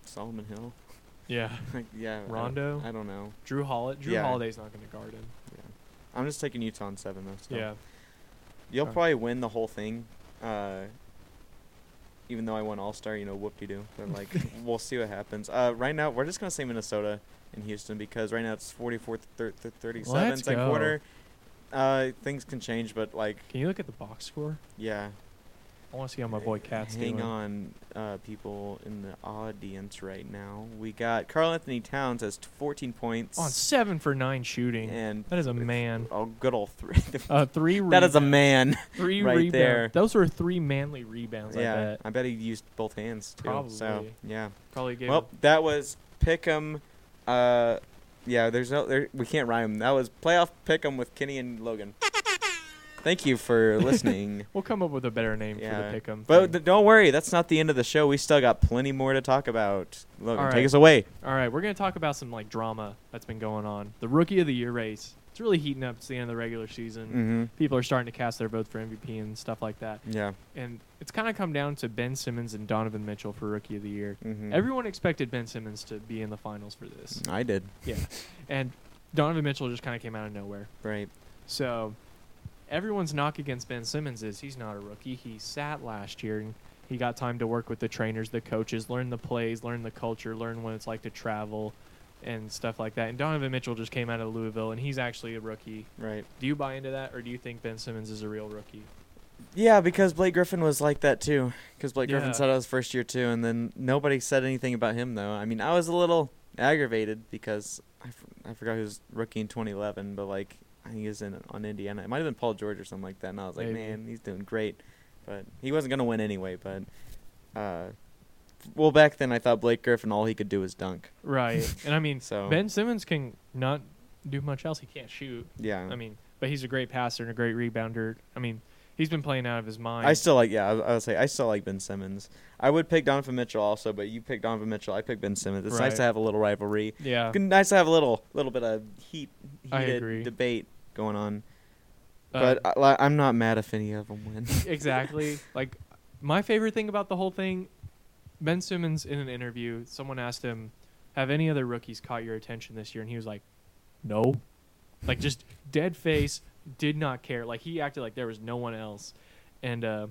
[SPEAKER 2] Solomon Hill, <laughs>
[SPEAKER 1] Yeah,
[SPEAKER 2] like yeah, I don't-
[SPEAKER 1] Rondo?
[SPEAKER 2] I don't know.
[SPEAKER 1] Drew Holliday. Drew
[SPEAKER 2] Yeah.
[SPEAKER 1] Holiday's not going to guard him.
[SPEAKER 2] Yeah. I'm just taking Utah in seven though. Still.
[SPEAKER 1] Yeah,
[SPEAKER 2] You'll
[SPEAKER 1] Alright.
[SPEAKER 2] probably win the whole thing. Uh, even though I won All Star, you know, whoop de doo.
[SPEAKER 1] <laughs>
[SPEAKER 2] But like, we'll see what happens. Uh, right now, we're just gonna say Minnesota and Houston because right now it's 44 thir- thir- 37
[SPEAKER 1] Let's
[SPEAKER 2] second
[SPEAKER 1] go.
[SPEAKER 2] quarter. Uh, things can change, but like,
[SPEAKER 1] can you look at the box score?
[SPEAKER 2] yeah.
[SPEAKER 1] I want to see how my boy Cat's
[SPEAKER 2] Hang
[SPEAKER 1] doing.
[SPEAKER 2] on, uh, people in the audience right now. We got Carl Anthony Towns has 14 points
[SPEAKER 1] On seven for nine shooting.
[SPEAKER 2] and
[SPEAKER 1] That is a Oh, man.
[SPEAKER 2] a good old three.
[SPEAKER 1] Uh, three.
[SPEAKER 2] <laughs> that is a
[SPEAKER 1] rebounds.
[SPEAKER 2] man.
[SPEAKER 1] three
[SPEAKER 2] right
[SPEAKER 1] rebounds.
[SPEAKER 2] there.
[SPEAKER 1] Those were three manly rebounds. I
[SPEAKER 2] yeah,
[SPEAKER 1] bet.
[SPEAKER 2] I bet he used both hands too. So
[SPEAKER 1] Probably.
[SPEAKER 2] yeah.
[SPEAKER 1] Probably gave.
[SPEAKER 2] Well, that was Pick'em. Uh, yeah, there's no, there, we can't rhyme. That was playoff Pick'em with Kenny and Logan. Thank
[SPEAKER 1] <laughs>
[SPEAKER 2] you for listening.
[SPEAKER 1] We'll come up with a better name
[SPEAKER 2] Yeah.
[SPEAKER 1] for the pick'em.
[SPEAKER 2] but
[SPEAKER 1] thing.
[SPEAKER 2] th- don't worry, that's not the end of the show. We still got plenty more to talk about. Logan,
[SPEAKER 1] All
[SPEAKER 2] take
[SPEAKER 1] right.
[SPEAKER 2] us away.
[SPEAKER 1] all right, we're gonna talk about some like drama that's been going on. The rookie of the year race. It's really heating up. It's the end of the regular season.
[SPEAKER 2] Mm-hmm.
[SPEAKER 1] People are starting to cast their votes for MVP and stuff like that.
[SPEAKER 2] Yeah.
[SPEAKER 1] And it's kind of come down to Ben Simmons and Donovan Mitchell for rookie of the year.
[SPEAKER 2] Mm-hmm. Mm,
[SPEAKER 1] Everyone expected Ben Simmons to be in the finals for this,
[SPEAKER 2] I did.
[SPEAKER 1] and Donovan Mitchell just kind of came out of nowhere.
[SPEAKER 2] Right.
[SPEAKER 1] So everyone's knock against Ben Simmons is he's not a rookie. He sat last year and he got time to work with the trainers, the coaches, learn the plays, learn the culture, learn what it's like to travel and stuff like that. And Donovan Mitchell just came out of Louisville and he's actually a rookie.
[SPEAKER 2] Right.
[SPEAKER 1] Do you buy into that or do you think Ben Simmons is a real rookie?
[SPEAKER 2] Yeah, because Blake Griffin was like that too. Because Blake Griffin
[SPEAKER 1] Yeah.
[SPEAKER 2] said out his first year too, and then nobody said anything about him though. I mean, I was a little aggravated because I, f- I forgot who was rookie in 2011, but like I think he was in on Indiana. It might have been Paul George or something like that. And I was like,
[SPEAKER 1] Maybe.
[SPEAKER 2] man, he's doing great, but he wasn't gonna win anyway. But uh, well, back then I thought Blake Griffin all he could do was dunk.
[SPEAKER 1] Right. <laughs> and I mean,
[SPEAKER 2] So
[SPEAKER 1] Ben Simmons can not do much else. He can't shoot.
[SPEAKER 2] yeah,
[SPEAKER 1] I mean, but he's a great passer and a great rebounder. I mean, he's been playing out of his mind.
[SPEAKER 2] I still like yeah. I, I would say I still like Ben Simmons. I would pick Donovan Mitchell also, but you picked Donovan Mitchell. I picked Ben Simmons. It's nice
[SPEAKER 1] Right.
[SPEAKER 2] to have a little rivalry.
[SPEAKER 1] yeah.
[SPEAKER 2] Good- nice to have a little little bit of heat
[SPEAKER 1] I
[SPEAKER 2] heated
[SPEAKER 1] agree.
[SPEAKER 2] debate going on.
[SPEAKER 1] Uh,
[SPEAKER 2] but I, I'm not mad if any of them win.
[SPEAKER 1] exactly. Like my favorite thing about the whole thing, Ben Simmons in an interview, someone asked him, have any other rookies caught your attention this year? And he was like, no. Like, just dead face, did not care. Like, he acted like there was no one else. And uh,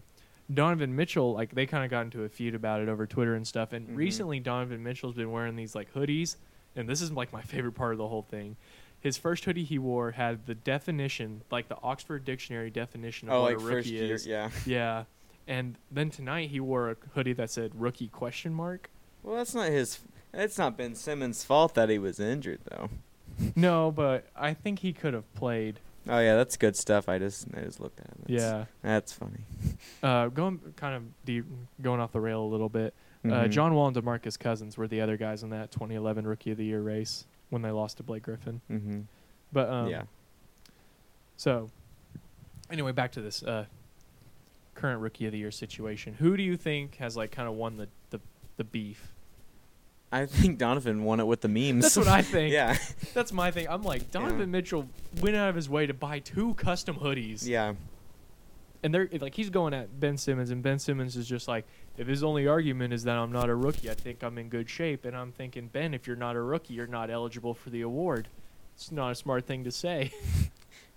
[SPEAKER 1] Donovan Mitchell, like, they kind of got into a feud about it over Twitter and stuff. And
[SPEAKER 2] Mhm.
[SPEAKER 1] recently, Donovan Mitchell's been wearing these, like, hoodies. And this is, like, my favorite part of the whole thing. His first hoodie he wore had the definition, like the Oxford Dictionary definition of <laughs>
[SPEAKER 2] Oh,
[SPEAKER 1] what
[SPEAKER 2] like
[SPEAKER 1] a
[SPEAKER 2] first
[SPEAKER 1] rookie
[SPEAKER 2] year,
[SPEAKER 1] is.
[SPEAKER 2] yeah.
[SPEAKER 1] Yeah. And then tonight he wore a hoodie that said rookie question mark.
[SPEAKER 2] Well, that's not his. It's not Ben Simmons' fault that he was injured, though.
[SPEAKER 1] No, but I think he could have played.
[SPEAKER 2] Oh yeah, that's good stuff. I just I just looked at it. That's,
[SPEAKER 1] Yeah.
[SPEAKER 2] that's funny.
[SPEAKER 1] Uh, going kind of deep, going off the rail a little bit. Uh,
[SPEAKER 2] Mhm.
[SPEAKER 1] John Wall and DeMarcus Cousins were the other guys in that 2011 Rookie of the Year race when they lost to Blake Griffin.
[SPEAKER 2] Mhm.
[SPEAKER 1] But um,
[SPEAKER 2] yeah.
[SPEAKER 1] So, anyway, back to this uh, current Rookie of the Year situation. Who do you think has like kind of won the the, the beef?
[SPEAKER 2] I think Donovan won it with the memes.
[SPEAKER 1] That's
[SPEAKER 2] <laughs>
[SPEAKER 1] what I think.
[SPEAKER 2] yeah.
[SPEAKER 1] That's my thing. I'm like Donovan
[SPEAKER 2] Yeah.
[SPEAKER 1] Mitchell went out of his way to buy two custom hoodies.
[SPEAKER 2] Yeah.
[SPEAKER 1] and they're like he's going at Ben Simmons, and Ben Simmons is just like, if his only argument is that I'm not a rookie, I think I'm in good shape, and I'm thinking, Ben, if you're not a rookie, you're not eligible for the award. It's not a smart thing to say, <laughs>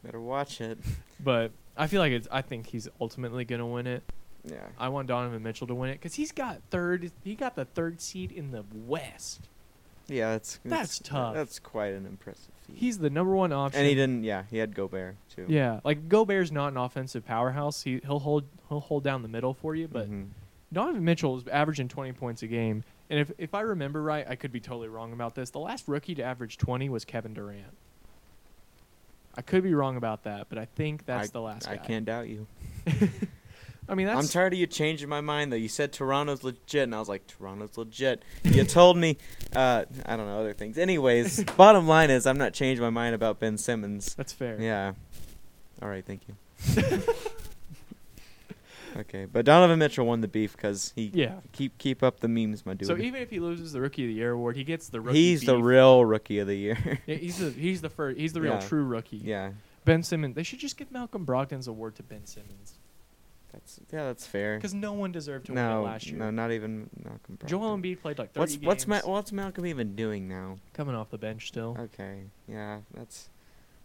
[SPEAKER 2] Better watch it.
[SPEAKER 1] but I feel like it's. I think he's ultimately gonna win it.
[SPEAKER 2] Yeah.
[SPEAKER 1] I want Donovan Mitchell to win it because he's got third. He got the third seed in the West.
[SPEAKER 2] Yeah, that's
[SPEAKER 1] That's tough.
[SPEAKER 2] That's quite an impressive feat.
[SPEAKER 1] He's the number one option.
[SPEAKER 2] and he didn't. Yeah, he had Gobert too.
[SPEAKER 1] Yeah, like Gobert's not an offensive powerhouse. He he'll hold he'll hold down the middle for you, but
[SPEAKER 2] Mhm.
[SPEAKER 1] Donovan Mitchell is averaging 20 points a game. And if, if I remember right, I could be totally wrong about this. The last rookie to average 20 was Kevin Durant. I could be wrong about that, but I think that's the last
[SPEAKER 2] I
[SPEAKER 1] guy.
[SPEAKER 2] can't doubt you.
[SPEAKER 1] I mean,
[SPEAKER 2] I'm
[SPEAKER 1] that's
[SPEAKER 2] tired of you changing my mind though. You said Toronto's legit, and I was like, Toronto's legit. You told me, uh, I don't know other
[SPEAKER 1] <laughs>
[SPEAKER 2] things. Anyways, bottom line is, I'm not changing my mind about Ben Simmons.
[SPEAKER 1] that's fair.
[SPEAKER 2] Yeah. All right, thank you.
[SPEAKER 1] <laughs>
[SPEAKER 2] okay, but Donovan Mitchell won the beef because he
[SPEAKER 1] Yeah.
[SPEAKER 2] keep keep up the memes, my dude.
[SPEAKER 1] So even if he loses the Rookie of the Year award, he gets the rookie.
[SPEAKER 2] he's the
[SPEAKER 1] beef.
[SPEAKER 2] real rookie of the year.
[SPEAKER 1] <laughs> Yeah, he's the he's the first. He's the real
[SPEAKER 2] Yeah.
[SPEAKER 1] true rookie.
[SPEAKER 2] <laughs> yeah,
[SPEAKER 1] Ben Simmons. They should just give Malcolm Brogdon's award to Ben Simmons
[SPEAKER 2] that's yeah, that's fair.
[SPEAKER 1] because no one deserved to
[SPEAKER 2] no,
[SPEAKER 1] win it last year.
[SPEAKER 2] no, not even Malcolm. Brogdon.
[SPEAKER 1] Joel Embiid played like 30
[SPEAKER 2] What's
[SPEAKER 1] games.
[SPEAKER 2] what's Ma- what's Malcolm even doing now?
[SPEAKER 1] coming off the bench still?
[SPEAKER 2] Okay. Yeah, that's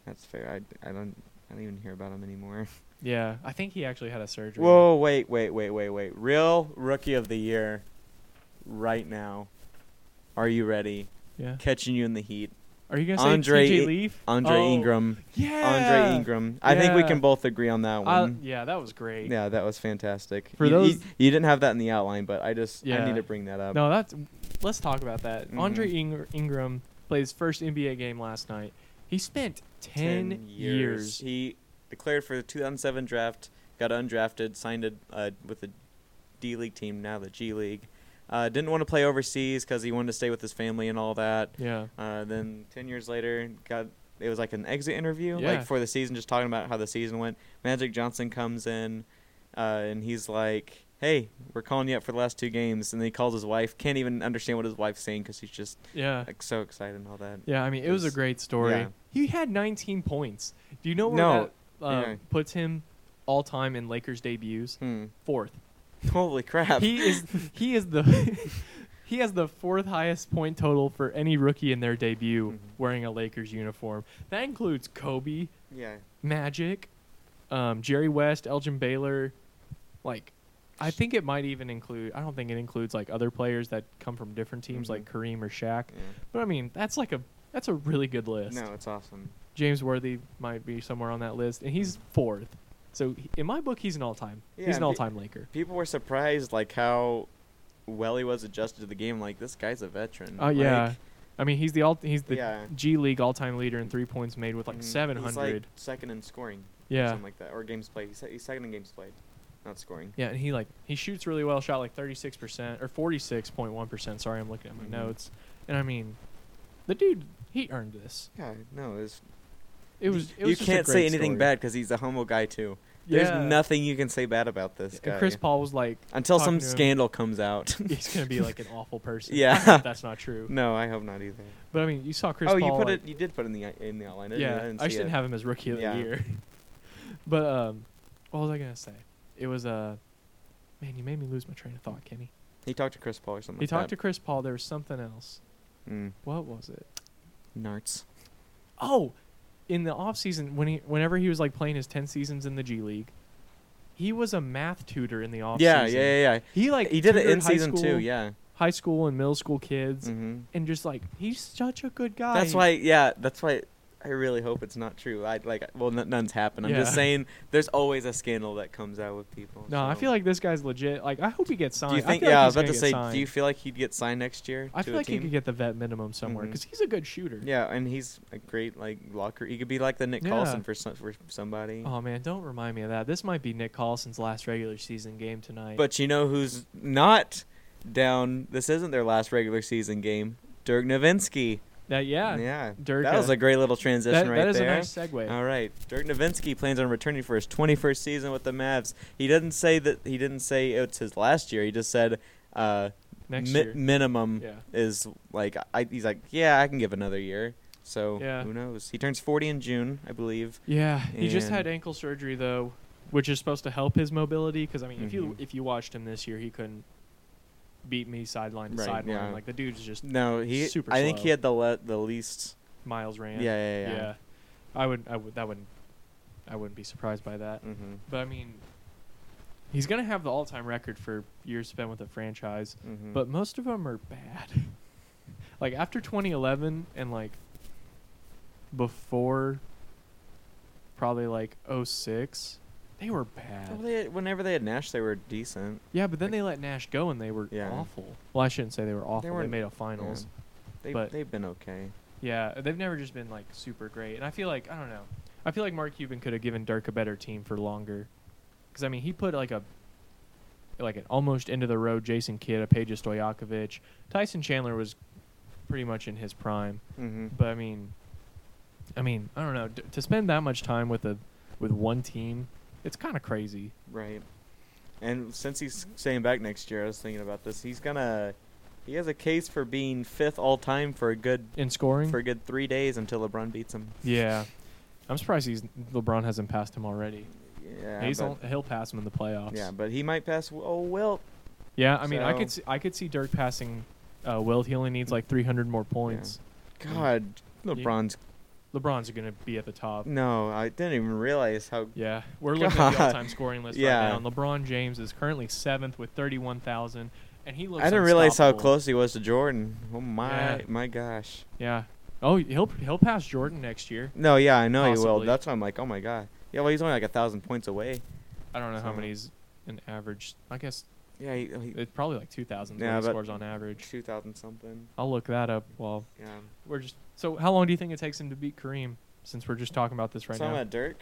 [SPEAKER 2] that's fair. I, I don't I don't even hear about him anymore. <laughs>
[SPEAKER 1] Yeah, I think he actually had a surgery.
[SPEAKER 2] Whoa, wait, wait, wait, wait, wait. Real rookie of the year right now. Are you ready?
[SPEAKER 1] Yeah.
[SPEAKER 2] Catching you in the heat.
[SPEAKER 1] Are you gonna
[SPEAKER 2] Andre
[SPEAKER 1] say
[SPEAKER 2] I-
[SPEAKER 1] TJ Leaf?
[SPEAKER 2] Andre
[SPEAKER 1] Oh,
[SPEAKER 2] Ingram.
[SPEAKER 1] Yeah.
[SPEAKER 2] Andre Ingram. I think we
[SPEAKER 1] Yeah.
[SPEAKER 2] can both agree on that
[SPEAKER 1] I-
[SPEAKER 2] one.
[SPEAKER 1] yeah, that was great.
[SPEAKER 2] yeah, that was fantastic.
[SPEAKER 1] For
[SPEAKER 2] you, you-
[SPEAKER 1] those-
[SPEAKER 2] you, didn't have that in the outline, but I just I
[SPEAKER 1] Yeah.
[SPEAKER 2] need to bring that up.
[SPEAKER 1] No, that's. Let's talk about that.
[SPEAKER 2] Mhm.
[SPEAKER 1] Andre Ingr- Ingram played his first NBA game last night. He spent ten, years.
[SPEAKER 2] He declared for the 2007 draft, got undrafted, signed a, uh, with the D League team, now the G League. Uh, didn't want to play overseas because he wanted to stay with his family and all that.
[SPEAKER 1] Yeah.
[SPEAKER 2] Uh, then 10 years later, got it was like an exit interview,
[SPEAKER 1] Yeah.
[SPEAKER 2] like for the season, just talking about how the season went. Magic Johnson comes in, uh, and he's like, "Hey, we're calling you up for the last two games." And then he calls his wife. Can't even understand what his wife's saying because she's just
[SPEAKER 1] Yeah.
[SPEAKER 2] like so excited and all that.
[SPEAKER 1] Yeah. I mean, it was a
[SPEAKER 2] it's-
[SPEAKER 1] great story.
[SPEAKER 2] yeah.
[SPEAKER 1] He had 19 points. Do you know where
[SPEAKER 2] No,
[SPEAKER 1] that uh,
[SPEAKER 2] yeah.
[SPEAKER 1] puts him all time in Lakers debuts?
[SPEAKER 2] Hmm. <laughs>
[SPEAKER 1] Fourth.
[SPEAKER 2] Holy crap!
[SPEAKER 1] He is. He is the. <laughs> He has the fourth highest point total for any rookie in their debut
[SPEAKER 2] Mhm.
[SPEAKER 1] wearing a Lakers uniform. That includes Kobe,
[SPEAKER 2] yeah.
[SPEAKER 1] Magic, um, Jerry West, Elgin Baylor, like I think it might even include I don't think it includes like other players that come from different teams
[SPEAKER 2] Mhm.
[SPEAKER 1] like Kareem or Shaq.
[SPEAKER 2] yeah.
[SPEAKER 1] But I mean, that's like a that's a really good list.
[SPEAKER 2] No, it's awesome.
[SPEAKER 1] James Worthy might be somewhere on that list and he's fourth. So he- in my book he's an all-time.
[SPEAKER 2] Yeah,
[SPEAKER 1] he's an
[SPEAKER 2] be-
[SPEAKER 1] all-time Laker.
[SPEAKER 2] People were surprised like how well he was adjusted to the game. Like this guy's a veteran.
[SPEAKER 1] Oh yeah.
[SPEAKER 2] Like,
[SPEAKER 1] I mean, he's the all he's the
[SPEAKER 2] Yeah.
[SPEAKER 1] G League all-time leader in three points made with like
[SPEAKER 2] mhm.
[SPEAKER 1] 700.
[SPEAKER 2] He's like second in scoring. Or
[SPEAKER 1] yeah.
[SPEAKER 2] something like that, or games played. He's, se- he's second in games played, not scoring.
[SPEAKER 1] Yeah, and he like he shoots really well. Shot like thirty six percent or forty six point one percent. Sorry, I'm looking at my
[SPEAKER 2] Mhm.
[SPEAKER 1] notes. And I mean, the dude he earned this.
[SPEAKER 2] Yeah, no, it's.
[SPEAKER 1] It was. It
[SPEAKER 2] you
[SPEAKER 1] was just a
[SPEAKER 2] can't say
[SPEAKER 1] great
[SPEAKER 2] anything
[SPEAKER 1] story.
[SPEAKER 2] bad because he's a humble guy too.
[SPEAKER 1] Yeah.
[SPEAKER 2] There's nothing you can say bad about this guy.
[SPEAKER 1] And Chris Paul was like,
[SPEAKER 2] Until
[SPEAKER 1] talking
[SPEAKER 2] some
[SPEAKER 1] to him.
[SPEAKER 2] scandal comes out.
[SPEAKER 1] <laughs> he's gonna be like an awful person. I
[SPEAKER 2] Yeah.
[SPEAKER 1] hope that's not true.
[SPEAKER 2] <laughs> no, I hope not either.
[SPEAKER 1] But I mean, you saw Chris
[SPEAKER 2] oh,
[SPEAKER 1] Paul.
[SPEAKER 2] you put
[SPEAKER 1] like-
[SPEAKER 2] it. You did put it in the in the outline. didn't you?
[SPEAKER 1] yeah,
[SPEAKER 2] I, didn't
[SPEAKER 1] I
[SPEAKER 2] see
[SPEAKER 1] just didn't
[SPEAKER 2] it.
[SPEAKER 1] have him as rookie of
[SPEAKER 2] Yeah.
[SPEAKER 1] the year. <laughs> but um, what was I gonna say? It was uh, man, you made me lose my train of thought, Kenny.
[SPEAKER 2] He talked to Chris Paul or something.
[SPEAKER 1] He
[SPEAKER 2] like
[SPEAKER 1] talked to
[SPEAKER 2] that.
[SPEAKER 1] Chris Paul. There was something else.
[SPEAKER 2] Mm.
[SPEAKER 1] What was it?
[SPEAKER 2] Narts.
[SPEAKER 1] Oh, in the off season when he whenever he was like playing his 10 seasons in the G League, he was a math tutor in the off
[SPEAKER 2] Yeah, yeah,
[SPEAKER 1] season.
[SPEAKER 2] yeah, yeah.
[SPEAKER 1] He like
[SPEAKER 2] He did it
[SPEAKER 1] tutored
[SPEAKER 2] in
[SPEAKER 1] high
[SPEAKER 2] season two.
[SPEAKER 1] school-
[SPEAKER 2] Yeah.
[SPEAKER 1] High school and middle school kids
[SPEAKER 2] hmm
[SPEAKER 1] and just like he's such a good guy.
[SPEAKER 2] That's why. Yeah, that's why. I really hope it's not true. I like. Well, n- none's happened. I'm just
[SPEAKER 1] Yeah.
[SPEAKER 2] saying. There's always a scandal that comes out with people.
[SPEAKER 1] No, I
[SPEAKER 2] so.
[SPEAKER 1] feel like this guy's legit. Like I hope he gets signed.
[SPEAKER 2] Do you think?
[SPEAKER 1] I feel like
[SPEAKER 2] yeah, I
[SPEAKER 1] he's
[SPEAKER 2] was about
[SPEAKER 1] gonna
[SPEAKER 2] to
[SPEAKER 1] get
[SPEAKER 2] say.
[SPEAKER 1] signed.
[SPEAKER 2] Do you feel like he'd get signed next year?
[SPEAKER 1] I
[SPEAKER 2] to
[SPEAKER 1] feel
[SPEAKER 2] a
[SPEAKER 1] like he
[SPEAKER 2] team?
[SPEAKER 1] could get the vet minimum somewhere
[SPEAKER 2] Mhm.
[SPEAKER 1] because he's a good shooter.
[SPEAKER 2] Yeah, and he's a great like locker. He could be like the Nick
[SPEAKER 1] Yeah.
[SPEAKER 2] Carlson for some, for somebody.
[SPEAKER 1] Oh man, don't remind me of that. This might be Nick Collison's last regular season game tonight.
[SPEAKER 2] But you know who's not down? This isn't their last regular season game. Dirk Nowitzki.
[SPEAKER 1] that yeah,
[SPEAKER 2] yeah.
[SPEAKER 1] Dirk,
[SPEAKER 2] that was
[SPEAKER 1] uh,
[SPEAKER 2] a great little
[SPEAKER 1] that,
[SPEAKER 2] transition
[SPEAKER 1] that
[SPEAKER 2] right
[SPEAKER 1] is
[SPEAKER 2] there. Uh,
[SPEAKER 1] a nice segue.
[SPEAKER 2] All right. Dirk Nowitzki plans on returning for his 21st season with the Mavs. He didn't say that. He didn't say it's his last year. He just said uh,
[SPEAKER 1] Next
[SPEAKER 2] mi-
[SPEAKER 1] year,
[SPEAKER 2] minimum
[SPEAKER 1] Yeah.
[SPEAKER 2] is like. I, he's like, yeah, I can give another year. So
[SPEAKER 1] Yeah.
[SPEAKER 2] who knows? He turns 40 in June, I believe.
[SPEAKER 1] yeah, he just had
[SPEAKER 2] And-
[SPEAKER 1] ankle surgery though, which is supposed to help his mobility. Because I mean, if you
[SPEAKER 2] Mhm.
[SPEAKER 1] if you watched him this year, he couldn't beat me sideline to
[SPEAKER 2] Right,
[SPEAKER 1] sideline.
[SPEAKER 2] yeah.
[SPEAKER 1] Like the dude's just
[SPEAKER 2] No, he.
[SPEAKER 1] Super
[SPEAKER 2] I think he
[SPEAKER 1] slow.
[SPEAKER 2] had the le- the least.
[SPEAKER 1] miles ran.
[SPEAKER 2] Yeah, yeah, yeah.
[SPEAKER 1] yeah. I would, I would, that wouldn't, I wouldn't be surprised by that.
[SPEAKER 2] Mm-hmm.
[SPEAKER 1] But I mean, he's gonna have the all-time record for years spent with a franchise.
[SPEAKER 2] Mm-hmm.
[SPEAKER 1] But most of them are bad. <laughs> like after 2011 and like before, probably like 06, they were
[SPEAKER 2] Well,
[SPEAKER 1] bad.
[SPEAKER 2] they had- whenever they had Nash, they were decent.
[SPEAKER 1] Yeah, but then they let Nash go and they were
[SPEAKER 2] Yeah.
[SPEAKER 1] awful. Well, I shouldn't say they were awful. They,
[SPEAKER 2] weren't-
[SPEAKER 1] made a finals.
[SPEAKER 2] They
[SPEAKER 1] But-
[SPEAKER 2] they've been okay.
[SPEAKER 1] Yeah, they've never just been like super great. And I feel like I don't know. I feel like Mark Cuban could have given Dirk a better team for longer. Cuz I mean, he put like a like an almost end of the road Jason Kidd, a Peja Stojakovic. Tyson Chandler was pretty much in his prime.
[SPEAKER 2] Mm-hmm.
[SPEAKER 1] But I mean I mean, I don't know. D- to spend that much time with a with one team, it's kind of crazy.
[SPEAKER 2] Right. And since he's staying back next year, I was thinking about this. He's gonna. He has a case for being fifth all time for a good
[SPEAKER 1] In scoring?
[SPEAKER 2] for a good three days until LeBron beats him.
[SPEAKER 1] yeah. I'm surprised he's LeBron hasn't passed him already.
[SPEAKER 2] Yeah.
[SPEAKER 1] he's
[SPEAKER 2] but,
[SPEAKER 1] on, he'll pass him in the playoffs.
[SPEAKER 2] yeah, but he might pass. Oh Wilt.
[SPEAKER 1] Yeah, I mean, I could
[SPEAKER 2] So-
[SPEAKER 1] see, I could see Dirk passing uh, Wilt. He only needs like 300 more points.
[SPEAKER 2] God, LeBron's.
[SPEAKER 1] LeBron's going to be at the top.
[SPEAKER 2] No, I didn't even realize how.
[SPEAKER 1] Yeah, we're
[SPEAKER 2] <laughs>
[SPEAKER 1] looking at
[SPEAKER 2] God.
[SPEAKER 1] the all-time scoring list
[SPEAKER 2] Yeah.
[SPEAKER 1] right now. and LeBron James is currently seventh with 31,000, and he looks.
[SPEAKER 2] I didn't realize how
[SPEAKER 1] unstoppable.
[SPEAKER 2] close he was to Jordan. Oh my,
[SPEAKER 1] Yeah.
[SPEAKER 2] my gosh.
[SPEAKER 1] Yeah. Oh, he'll he'll pass Jordan next year.
[SPEAKER 2] No, yeah, I know he will.
[SPEAKER 1] Possibly.
[SPEAKER 2] That's why I'm like, oh my god. Yeah, well, he's only like a thousand points away.
[SPEAKER 1] I don't know how
[SPEAKER 2] So-
[SPEAKER 1] many he's an average. I guess
[SPEAKER 2] Yeah, he, he
[SPEAKER 1] it's probably like 2,000
[SPEAKER 2] Yeah,
[SPEAKER 1] yeah,
[SPEAKER 2] but-
[SPEAKER 1] scores on average.
[SPEAKER 2] two thousand something.
[SPEAKER 1] I'll look that up. Well,
[SPEAKER 2] Yeah.
[SPEAKER 1] we're just so how long do you think it takes him to beat Kareem? Since we're just talking about this right
[SPEAKER 2] talking
[SPEAKER 1] now.
[SPEAKER 2] about Dirk.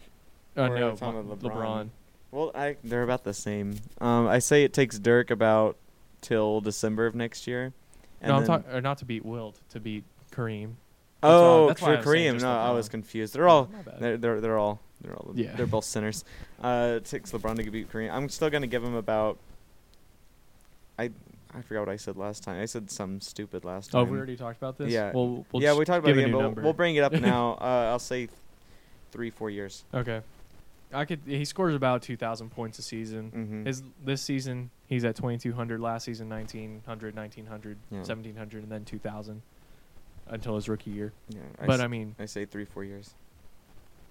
[SPEAKER 1] Uh,
[SPEAKER 2] or
[SPEAKER 1] no,
[SPEAKER 2] you're talking about
[SPEAKER 1] LeBron.
[SPEAKER 2] LeBron? Well, I they're about the same. Um, I say it takes Dirk about till December of next year. And
[SPEAKER 1] no, I'm
[SPEAKER 2] then-
[SPEAKER 1] talking not to beat Wilt, to beat Kareem. that's
[SPEAKER 2] Oh,
[SPEAKER 1] wrong. That's why
[SPEAKER 2] for
[SPEAKER 1] I was saying
[SPEAKER 2] Kareem.
[SPEAKER 1] just
[SPEAKER 2] No, I
[SPEAKER 1] LeBron.
[SPEAKER 2] was confused. They're all
[SPEAKER 1] My bad.
[SPEAKER 2] they're they're, they're all they're all
[SPEAKER 1] Yeah.
[SPEAKER 2] they're both sinners. Uh, it takes LeBron to beat Kareem. I'm still gonna give him about. I I forgot what I said last time. I said something stupid last time.
[SPEAKER 1] Oh, we already talked about this.
[SPEAKER 2] Yeah.
[SPEAKER 1] Well, we'll
[SPEAKER 2] yeah,
[SPEAKER 1] just
[SPEAKER 2] we talked about
[SPEAKER 1] give
[SPEAKER 2] the
[SPEAKER 1] a
[SPEAKER 2] game,
[SPEAKER 1] new
[SPEAKER 2] but we'll-
[SPEAKER 1] number.
[SPEAKER 2] we'll bring
[SPEAKER 1] <laughs>
[SPEAKER 2] it up now. uh, I'll say three, four years.
[SPEAKER 1] Okay. I could. He scores about two thousand points a season.
[SPEAKER 2] Mm-hmm.
[SPEAKER 1] His this season he's at twenty two hundred. Last season 1900, 1900,
[SPEAKER 2] Yeah.
[SPEAKER 1] 1700, and then two thousand until his rookie year.
[SPEAKER 2] yeah, I
[SPEAKER 1] but
[SPEAKER 2] s-
[SPEAKER 1] I mean,
[SPEAKER 2] I say three, four years.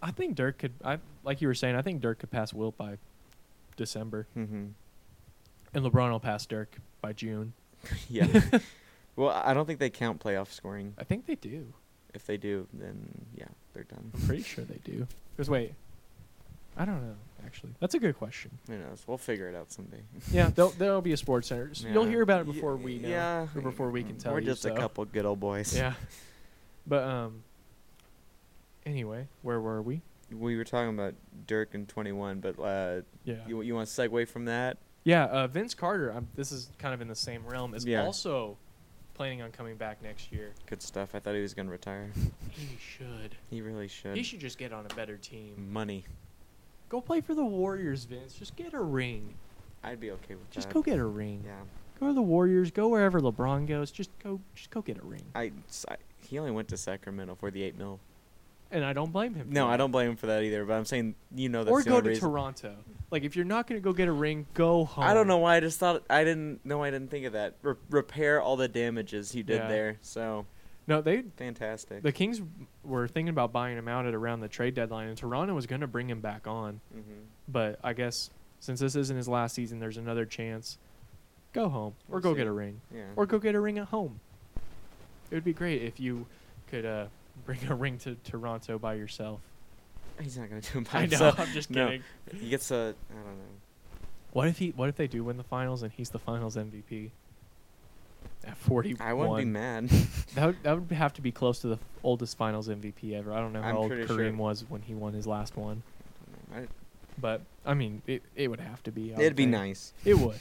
[SPEAKER 1] I think Dirk could. I like you were saying. I think Dirk could pass Wilt by December,
[SPEAKER 2] Mm-hmm.
[SPEAKER 1] and LeBron will pass Dirk by June. <laughs>
[SPEAKER 2] yeah. well, I don't think they count playoff scoring.
[SPEAKER 1] I think they do.
[SPEAKER 2] If they do, then yeah, they're done.
[SPEAKER 1] I'm pretty sure they do. Because wait, I don't know. Actually, that's a good question.
[SPEAKER 2] Who knows? We'll figure it out someday.
[SPEAKER 1] Yeah, there'll, there'll be a sports center. So You'll
[SPEAKER 2] Yeah.
[SPEAKER 1] hear about it
[SPEAKER 2] Ye-
[SPEAKER 1] before we know.
[SPEAKER 2] Yeah.
[SPEAKER 1] or before we can tell
[SPEAKER 2] We're
[SPEAKER 1] you,
[SPEAKER 2] just a
[SPEAKER 1] so.
[SPEAKER 2] couple good old boys.
[SPEAKER 1] <laughs> Yeah. But um. Anyway, where were we?
[SPEAKER 2] We were talking about Dirk and 21, but uh,
[SPEAKER 1] Yeah.
[SPEAKER 2] you you want to segue from that?
[SPEAKER 1] Yeah. Uh, Vince Carter. i this is kind of in the same realm. Is
[SPEAKER 2] Yeah.
[SPEAKER 1] also planning on coming back next year.
[SPEAKER 2] Good stuff. I thought he was
[SPEAKER 1] <laughs>
[SPEAKER 2] gonna retire.
[SPEAKER 1] He should.
[SPEAKER 2] He really should. Mm.
[SPEAKER 1] He should just get on a better team.
[SPEAKER 2] Money.
[SPEAKER 1] Go play for the Warriors, Vince. Just get a ring.
[SPEAKER 2] I'd be okay with
[SPEAKER 1] Just
[SPEAKER 2] that.
[SPEAKER 1] go get a ring.
[SPEAKER 2] Yeah.
[SPEAKER 1] Go to the Warriors. Go wherever LeBron goes. Just go. Just go get a ring.
[SPEAKER 2] I, s- I- he only went to Sacramento for the eight mil.
[SPEAKER 1] and I don't blame him. for
[SPEAKER 2] No, I
[SPEAKER 1] that.
[SPEAKER 2] don't blame him for that either. But I'm saying you know that's
[SPEAKER 1] or
[SPEAKER 2] the
[SPEAKER 1] go
[SPEAKER 2] only
[SPEAKER 1] to
[SPEAKER 2] reason.
[SPEAKER 1] Toronto. Like if you're not gonna go get a ring, go home.
[SPEAKER 2] I don't know why I just thought I didn't know I didn't think of that. Re- repair all the damages you did
[SPEAKER 1] Yeah.
[SPEAKER 2] there. So
[SPEAKER 1] No, they
[SPEAKER 2] Fantastic.
[SPEAKER 1] the Kings were thinking about buying him out at around the trade deadline, and Toronto was going to bring him back on.
[SPEAKER 2] mm-hmm.
[SPEAKER 1] But I guess since this isn't his last season, there's another chance. Go home or
[SPEAKER 2] We'll
[SPEAKER 1] go
[SPEAKER 2] see.
[SPEAKER 1] get a ring
[SPEAKER 2] Yeah.
[SPEAKER 1] or go get a ring at home. It would be great if you could uh, bring a ring to Toronto by yourself.
[SPEAKER 2] He's not gonna do it
[SPEAKER 1] <laughs>
[SPEAKER 2] by
[SPEAKER 1] I know.
[SPEAKER 2] himself.
[SPEAKER 1] I'm just
[SPEAKER 2] no.
[SPEAKER 1] kidding.
[SPEAKER 2] He gets a. I don't know.
[SPEAKER 1] What if he? What if they do win the finals and he's the finals MVP? At 41.
[SPEAKER 2] I wouldn't be mad. <laughs>
[SPEAKER 1] That would, that would have to be close to the oldest finals MVP ever. I don't know how
[SPEAKER 2] I'm
[SPEAKER 1] old
[SPEAKER 2] pretty
[SPEAKER 1] Kareem
[SPEAKER 2] sure-
[SPEAKER 1] was when he won his last one,
[SPEAKER 2] I-
[SPEAKER 1] but I mean, it, it would have to be. I
[SPEAKER 2] It'd
[SPEAKER 1] would
[SPEAKER 2] be
[SPEAKER 1] think.
[SPEAKER 2] nice.
[SPEAKER 1] It would.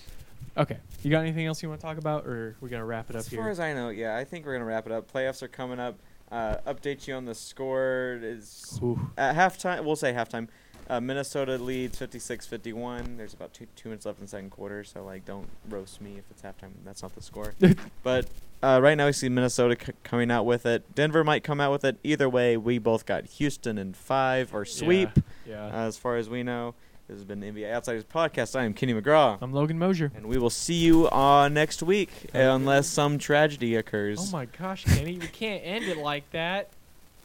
[SPEAKER 1] Okay. You got anything else you want to talk about, or we're gonna wrap it up
[SPEAKER 2] As
[SPEAKER 1] here? <laughs>
[SPEAKER 2] far as I know, yeah, I think we're gonna wrap it up. Playoffs are coming up. Uh, update you on the score is
[SPEAKER 1] Ooh.
[SPEAKER 2] at halftime. We'll say halftime. Uh, Minnesota leads 56-51. There's about two two minutes left in the second quarter, so like don't roast me if it's halftime. That's not the score. but uh, right now we see Minnesota c- coming out with it. Denver might come out with it. Either way, we both got Houston in five or sweep.
[SPEAKER 1] Yeah.
[SPEAKER 2] Uh, as far as we know, this has been the NBA Outsiders podcast. I am Kenny McGraw.
[SPEAKER 1] I'm Logan Mosier.
[SPEAKER 2] And we will see you uh, next week, unless some tragedy occurs.
[SPEAKER 1] Oh my gosh, Kenny, we can't end it like that.